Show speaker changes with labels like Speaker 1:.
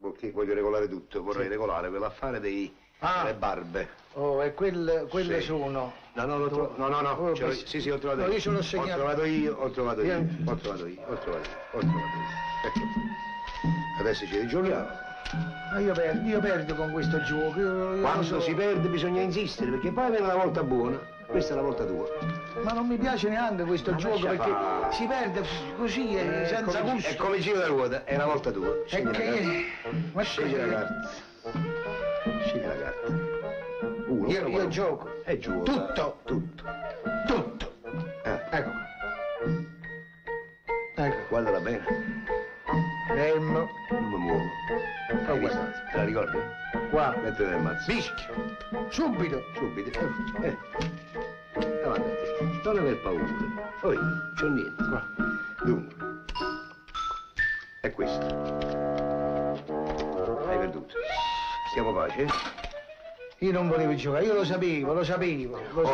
Speaker 1: Boh,
Speaker 2: perché voglio regolare tutto, vorrei regolare per l'affare dei,
Speaker 1: Ah.
Speaker 2: delle barbe.
Speaker 1: Oh, e quel, quelle
Speaker 2: Sì.
Speaker 1: sono.
Speaker 2: No, no, l'ho tro- no, no, no,
Speaker 1: Oh,
Speaker 2: ce l'ho-
Speaker 1: beh,
Speaker 2: sì, sì, ho trovato
Speaker 1: no,
Speaker 2: io.
Speaker 1: io ce l'ho
Speaker 2: Ho
Speaker 1: segnato.
Speaker 2: trovato io, ho trovato io,
Speaker 1: Vieni.
Speaker 2: ho trovato io, ho trovato io, ho trovato io. Ecco. Adesso ci rigioniamo.
Speaker 1: Ma Ah, io perdo, io perdo con questo gioco. io- io
Speaker 2: Quando
Speaker 1: so-
Speaker 2: si perde bisogna insistere, perché poi viene la volta buona, questa è la volta tua.
Speaker 1: Ma non mi piace neanche questo gioco
Speaker 2: lascia
Speaker 1: perché
Speaker 2: fare.
Speaker 1: si perde così, eh,
Speaker 2: È
Speaker 1: senza
Speaker 2: come- eh,
Speaker 1: gusto.
Speaker 2: È come il giro della ruota, è la volta tua.
Speaker 1: E
Speaker 2: Scegli la
Speaker 1: che...
Speaker 2: carta.
Speaker 1: Ma
Speaker 2: Scegli la carta. Scegli la carta. Uno,
Speaker 1: Io- io
Speaker 2: uno.
Speaker 1: gioco.
Speaker 2: E gioco.
Speaker 1: Tutto.
Speaker 2: Tutto.
Speaker 1: Tutto.
Speaker 2: Eh,
Speaker 1: Ecco. Ecco.
Speaker 2: guardala bene.
Speaker 1: Fermo.
Speaker 2: Non mi muovo. Hai visto? Ah, Te la ricordi?
Speaker 1: Qua.
Speaker 2: Mettete nel mazzo.
Speaker 1: Rischio. Subito.
Speaker 2: Subito. Eh. Davanti a te. Non aver paura. Poi, c'ho niente.
Speaker 1: Qua.
Speaker 2: Dunque. È questo. Hai perduto. Stiamo pace? eh?
Speaker 1: Io non volevo giocare, io lo sapevo, lo sapevo. Lo